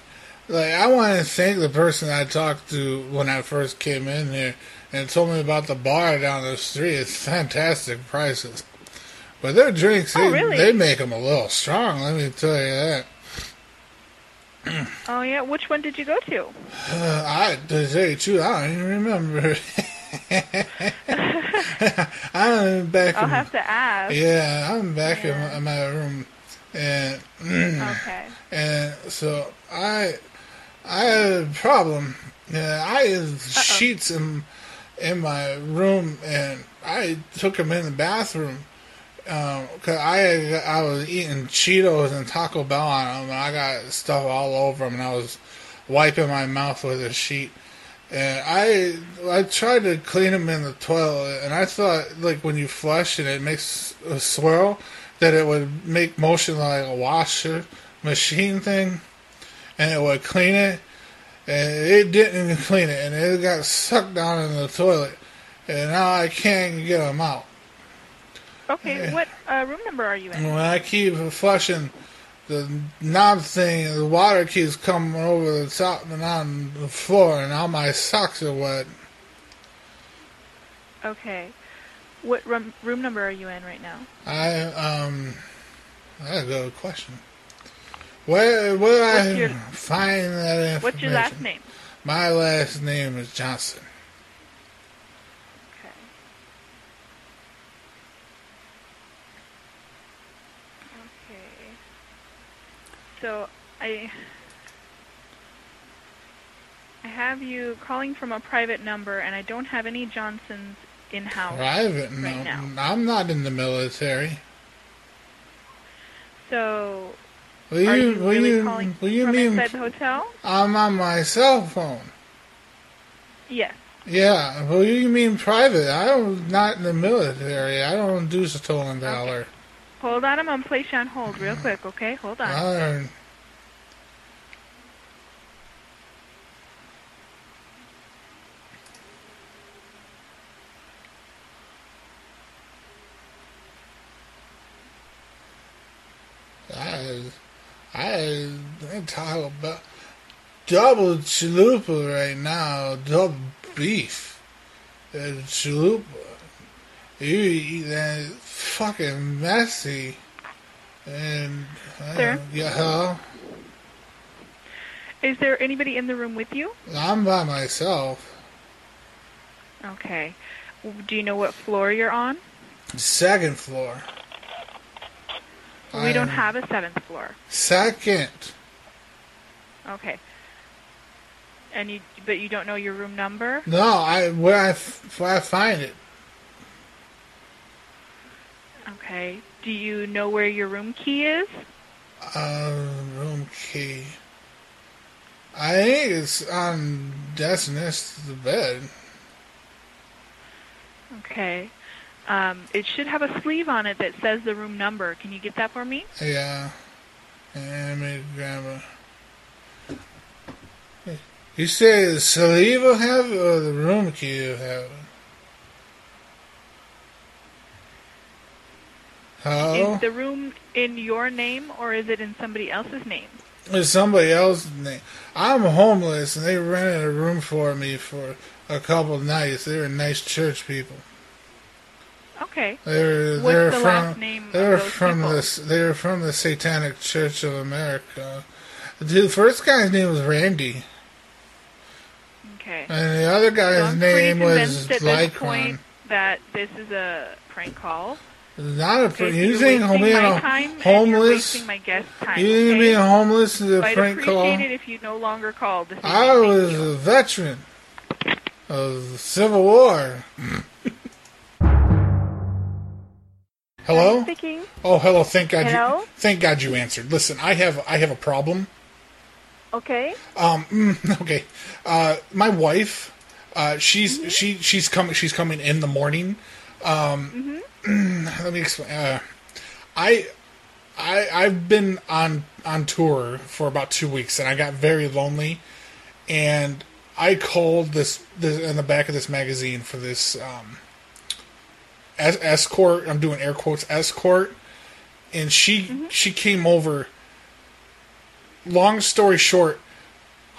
B: Like I want to thank the person I talked to when I first came in here and told me about the bar down the street. It's fantastic prices, but their drinks
R: Oh,
B: they,
R: really?
B: they make them a little strong. Let me tell you that.
R: oh, yeah. Which one did you go to?
B: Uh, I to tell you the truth, I don't even remember. I'm back.
R: I'll
B: in,
R: have to ask.
B: Yeah, I'm back in my, my room, and
R: Okay.
B: and Uh, so I I had a problem. Yeah, I had sheets in in my room, and I took them in the bathroom because I had, I was eating Cheetos and Taco Bell on them, and I got stuff all over them, and I was wiping my mouth with a sheet. And I I tried to clean them in the toilet, and I thought like when you flush and it makes a swirl, that it would make motion like a washer machine thing, and it would clean it, and it didn't clean it, and it got sucked down in the toilet, and now I can't get them out.
R: Okay, what uh, room number are you in?
B: When I keep flushing the knob thing, the water keeps coming over the top and on the floor, and all my socks are wet.
R: Okay. What room, room number are you in right now?
B: I um, that's a good question. Where where do I
R: What's your-
B: find that information?
R: What's your last name?
B: My last name is Johnson.
R: Okay. So I I have you calling from a private number, and I don't have any Johnsons in house
B: Private? No,
R: Oh, right now.
B: I'm not in the military.
R: So
B: Will you,
R: are you
B: will
R: really
B: you,
R: calling
B: will you
R: from
B: mean
R: inside the hotel?
B: I'm on my cell phone?
R: Yes.
B: Yeah, well, you mean private? I don't, not in the military. I don't do stolen valor.
R: Hold on, I'm gonna place you on hold real quick. Okay, hold on.
B: I I, I, I'm talking about double chalupa right now, double beef, uh, chalupa. You eat that fucking messy, and I
R: Sir?
B: don't- yeah, hello?
R: Is there anybody in the room with you?
B: I'm by myself.
R: Okay. W- Do you know what floor you're on?
B: Second floor.
R: we
B: I'm
R: don't have a seventh floor.
B: second.
R: Okay. And you, but you don't know your room number.
B: No, I where I f- where I find it.
R: Okay. Do you know where your room key is?
B: Uh, room key. I think it's on that's next to the bed.
R: Okay. Um, it should have a sleeve on it that says the room number. Can you get that for me?
B: Yeah. And let me grab a. You say the saliva have it or the room key have it? Hello? Oh.
R: Is the room in your name or is it in somebody else's name?
B: It's somebody else's name. I'm homeless, and they rented a room for me for a couple nights. They were nice church people.
R: Okay.
B: They were,
R: What's
B: they were
R: the
B: from
R: last name
B: they
R: of
B: were
R: those
B: from
R: people?
B: the they were from the Satanic Church of America. The first guy's name was Randy,
R: Okay.
B: and the other
R: So
B: guy's
R: I'm pretty
B: Uh, name was
R: convinced at this
B: Lycon.
R: point that this is a prank call.
B: Not a prank.
R: Okay, so
B: you
R: you're
B: think
R: wasting
B: being
R: my
B: a
R: time and you're
B: homeless?
R: wasting my guest time,
B: you think
R: okay?
B: being homeless is a
R: I'd
B: prank
R: appreciate
B: call?
R: it if you no longer called. This evening.
B: I was a veteran of the Civil War. hello?
S: Speaking.
B: Oh, hello. Thank God
S: Hello?
B: you Thank God you answered. Listen, I have I have a problem.
S: Okay.
B: Um mm, okay. Uh my wife uh she's
R: Mm-hmm.
B: she she's coming she's coming in the morning. Um let me explain uh I I I've been on on tour for about two weeks and I got very lonely and I called this, this in the back of this magazine for this um es- escort I'm doing air quotes escort and she she came over long story short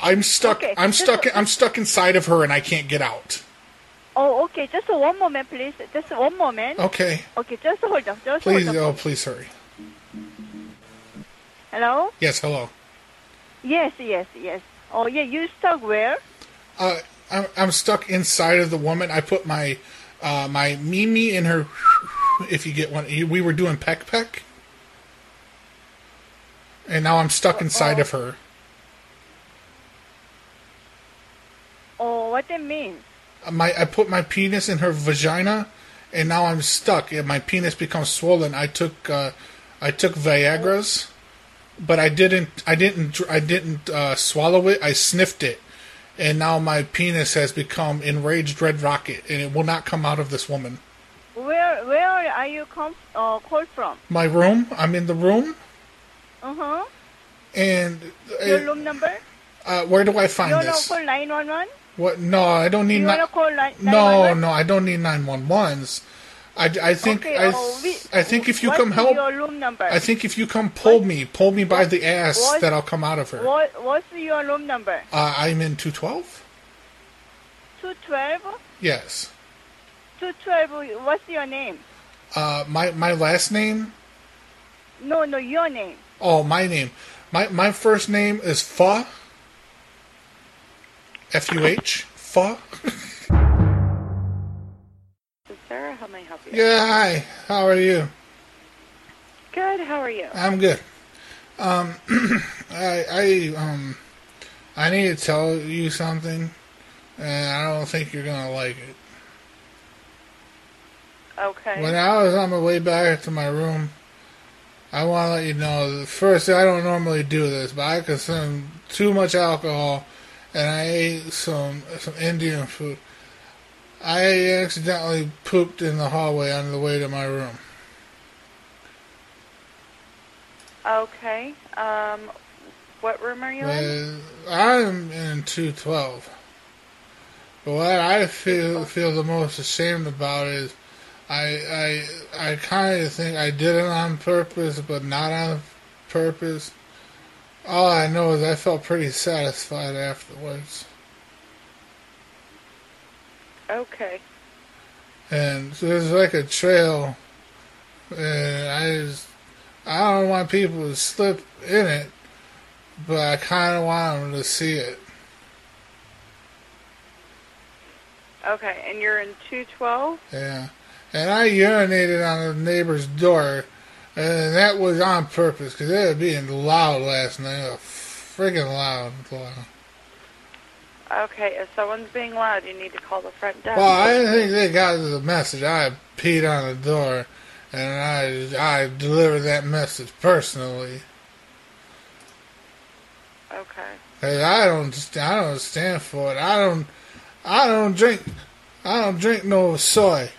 B: I'm stuck
S: Okay,
B: I'm
S: just
B: stuck
S: a-
B: I'm stuck inside of her and I can't get out.
S: Oh, okay. Just one moment, please. Just one moment.
B: Okay.
G: Oh,
S: Okay. Just hold on. Just
B: Please
S: hold on.
B: oh please hurry.
S: Hello.
B: Yes, hello.
S: Yes. Yes. Yes. Oh, yeah. You stuck where?
B: uh, I'm, I'm stuck inside of the woman. I put my uh, my Mimi in her. If you get one, you- we were doing peck peck, and now I'm stuck inside of her.
S: Oh, what that mean?
B: My I put my penis in her vagina, and now I'm stuck. And my penis becomes swollen. I took uh, I took Viagra's, but I didn't I didn't dr- I didn't uh, swallow it. I sniffed it, and now my penis has become enraged red rocket, and it will not come out of this woman.
S: Where Where are you come uh, called from?
B: my room. I'm in the room,
S: Uh huh.
B: and
S: Your
B: uh,
S: room number?
B: uh, where do I find
S: you wanna
B: this?
S: call nine one one?
B: What? No, I don't need. ni-
S: You wanna call nine
B: no,
S: 911?
B: no, I don't need nine one ones. I, I think
S: Okay,
B: I,
S: oh, we-
B: I think if you
S: what's
B: come help,
S: your room number?
B: I think if you come pull me, pull me by the ass,
S: What?
B: that I'll come out of her.
S: What, what's your room number?
B: Uh, I'm in two twelve.
S: 212?
B: Yes.
S: 212, what's your name?
B: Uh, my my last name.
S: No, no, your name.
B: Oh, my name. My my first name is Fa. F U H. Fa.
G: Sarah, how may I help you?
B: Yeah. Hi. How are you?
G: Good, how are you?
B: I'm good. Um, I, I, um, I need to tell you something, and I don't think you're gonna like it.
G: Okay.
B: When I was on my way back to my room, I want to let you know that first, I don't normally do this, but I consumed too much alcohol and I ate some, some Indian food. I accidentally pooped in the hallway on the way to my room.
G: Okay. Um, what room are you in?
B: Uh, I'm in 212. But what I feel feel the most ashamed about is I I I kind of think I did it on purpose, but not on purpose. All I know is I felt pretty satisfied afterwards,
G: Okay.
B: and so there's like a trail, and I just I don't want people to slip in it, but I kind of want them to see it.
G: Okay, and you're in 212?
B: Yeah. And I urinated on the neighbor's door, and that was on purpose because they were being loud last night. Oh, friggin' loud. loud.
G: Okay, if someone's being loud, you need to call the front desk.
B: Well, I didn't think they got the message. I peed on the door, and I I delivered that message personally.
G: Okay.
B: 'Cause I don't st- I don't stand for it. I don't I don't drink I don't drink no soy.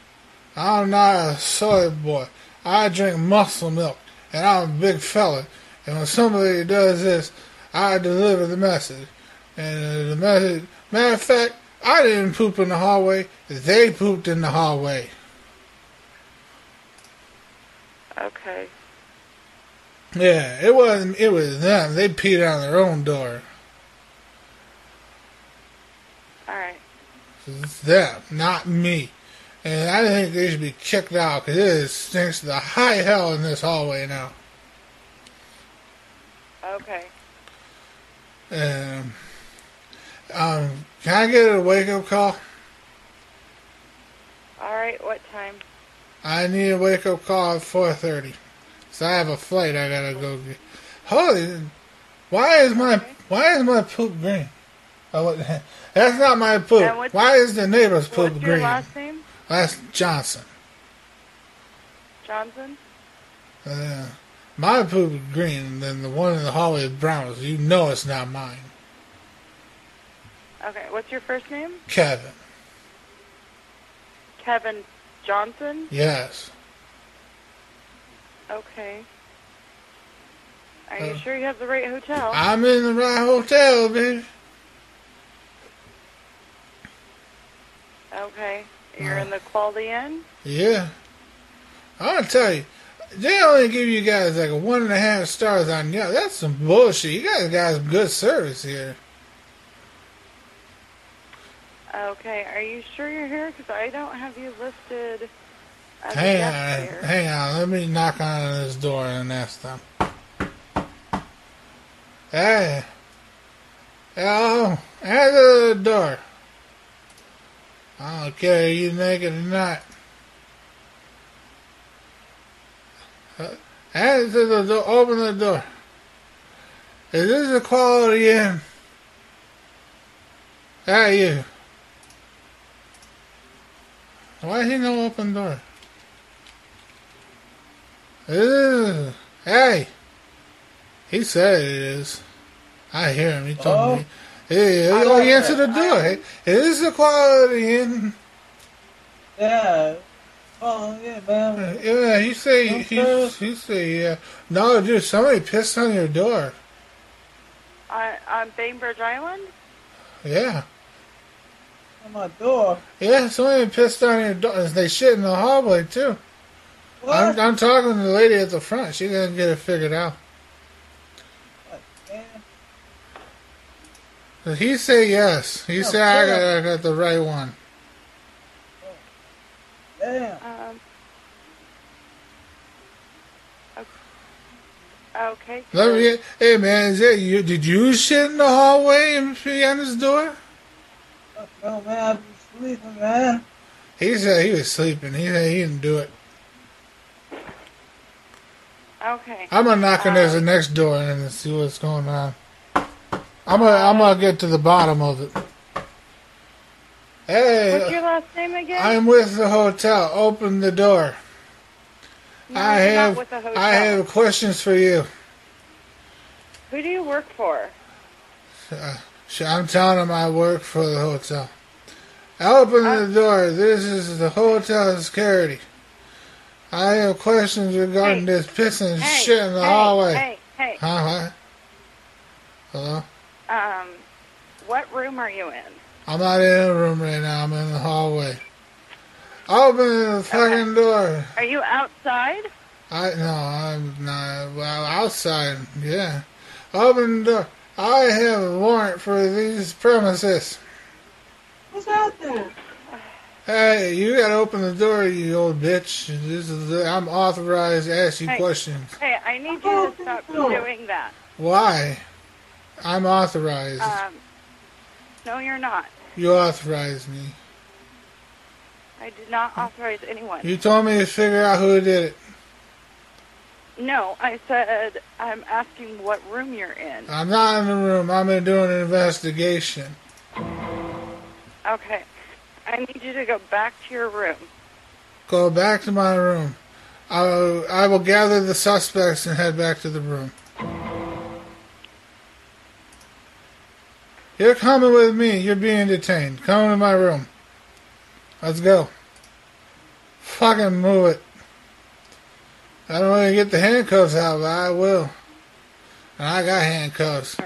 B: I'm not a soy boy. I drink muscle milk, and I'm a big fella. And when somebody does this, I deliver the message. And the message, matter of fact, I didn't poop in the hallway. They pooped in the hallway.
G: Okay.
B: Yeah, it wasn't. It was them. They peed on their own door.
G: All right.
B: It's them, not me. And I think they should be kicked out because it is- stinks to the high hell in this hallway now.
G: Okay.
B: Um, um, can I get a wake up call?
G: All right, what time?
B: I need a wake up call at four thirty. So I have a flight I gotta go get. Holy, why is my why is my poop green? Oh, what, that's not my
G: And
B: poop.
G: what's-
B: Why is the neighbor's poop
G: What's your
B: green?
G: last name?
B: That's Johnson.
G: Johnson?
B: Uh, my poop is green, and then the one in the hallway is brown. So you know it's not mine,
G: Okay, what's your first name?
B: Kevin.
G: Kevin Johnson?
B: Yes.
G: Okay. Are you
B: Uh,
G: sure you have the right hotel?
B: I'm in the right hotel, baby.
G: Okay. You're in the Quality Inn?
B: Yeah. I'm gonna tell you, they only give you guys like a one and a half stars on Yelp. That's some bullshit. You guys got some good service here.
G: Okay. Are you sure you're here? Because I don't have you listed as a
B: hang
G: guest
B: on,
G: here.
B: hang on. uh, Let me knock on this door and ask them. Hey. Hello. Answer the door. I don't care. You naked or not? Uh, Answer the door. Open the door. Is this a quality inn? Hey, you. Why he no open door? Ew. Hey! He said it is. I hear him. He told
O: Oh.
B: me. Hey,
O: I
B: oh,
O: like
B: he answered the
O: that.
B: door. Hey, is this a quality inn?
O: Yeah. Oh yeah, man.
B: Yeah, he say he, he say yeah. No, dude, somebody pissed on your door.
G: On, on Bainbridge Island?
B: Yeah.
O: on my door.
B: Yeah, somebody pissed on your door. They shit in the hallway too. I'm, I'm talking to the lady at the front. She didn't get it figured out. Did he say yes? He
O: No,
B: said I
O: shut
B: got, I got the right one.
O: Damn.
G: Um, okay.
B: Let me, hey man, is it you? Did you shit in the hallway and behind his door?
O: Oh man, I've been sleeping, man.
B: He said he was sleeping. He said he didn't do it.
G: Okay. Uh,
B: I'm gonna knock on the next door and see what's going on. I'm gonna I'm gonna get to the bottom of it.
G: What's
B: Hey,
G: your last name again?
B: I'm with the hotel. Open the door.
G: No,
B: I
G: you're not
B: have
G: with the hotel.
B: I have questions for you.
G: Who do you work for?
B: Uh, sh- I'm telling him I work for the hotel. I open the door. This is the hotel security. I have questions regarding this pissing and shit in the
G: hey,
B: hallway.
G: Hey, hey.
B: Huh? huh? Hello?
G: Um, what room are you in?
B: I'm not in a room right now. I'm in the hallway. Open the fucking door.
G: Are you outside?
B: I no, I'm not. Well, outside, yeah. Open the door. I have a warrant for these premises.
O: Who's out there?
B: Hey, you gotta open the door, you old bitch. This is the, I'm authorized to ask you
G: Hey,
B: questions.
G: Hey, I need you to stop doing that.
B: Why? I'm authorized.
G: Um, no, you're not.
B: you authorized me.
G: I did not authorize anyone.
B: You told me to figure out who did it.
G: no, I said I'm asking what room you're in.
B: I'm not in the room. I'm in doing an investigation.
G: Okay. I need you to go back to your room.
B: Go back to my room. I will, I will gather the suspects and head back to the room. You're coming with me. You're being detained. Come to my room. Let's go. Fucking move it. I don't want to get the handcuffs out, but I will. And I got handcuffs.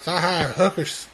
B: So I hire hookers.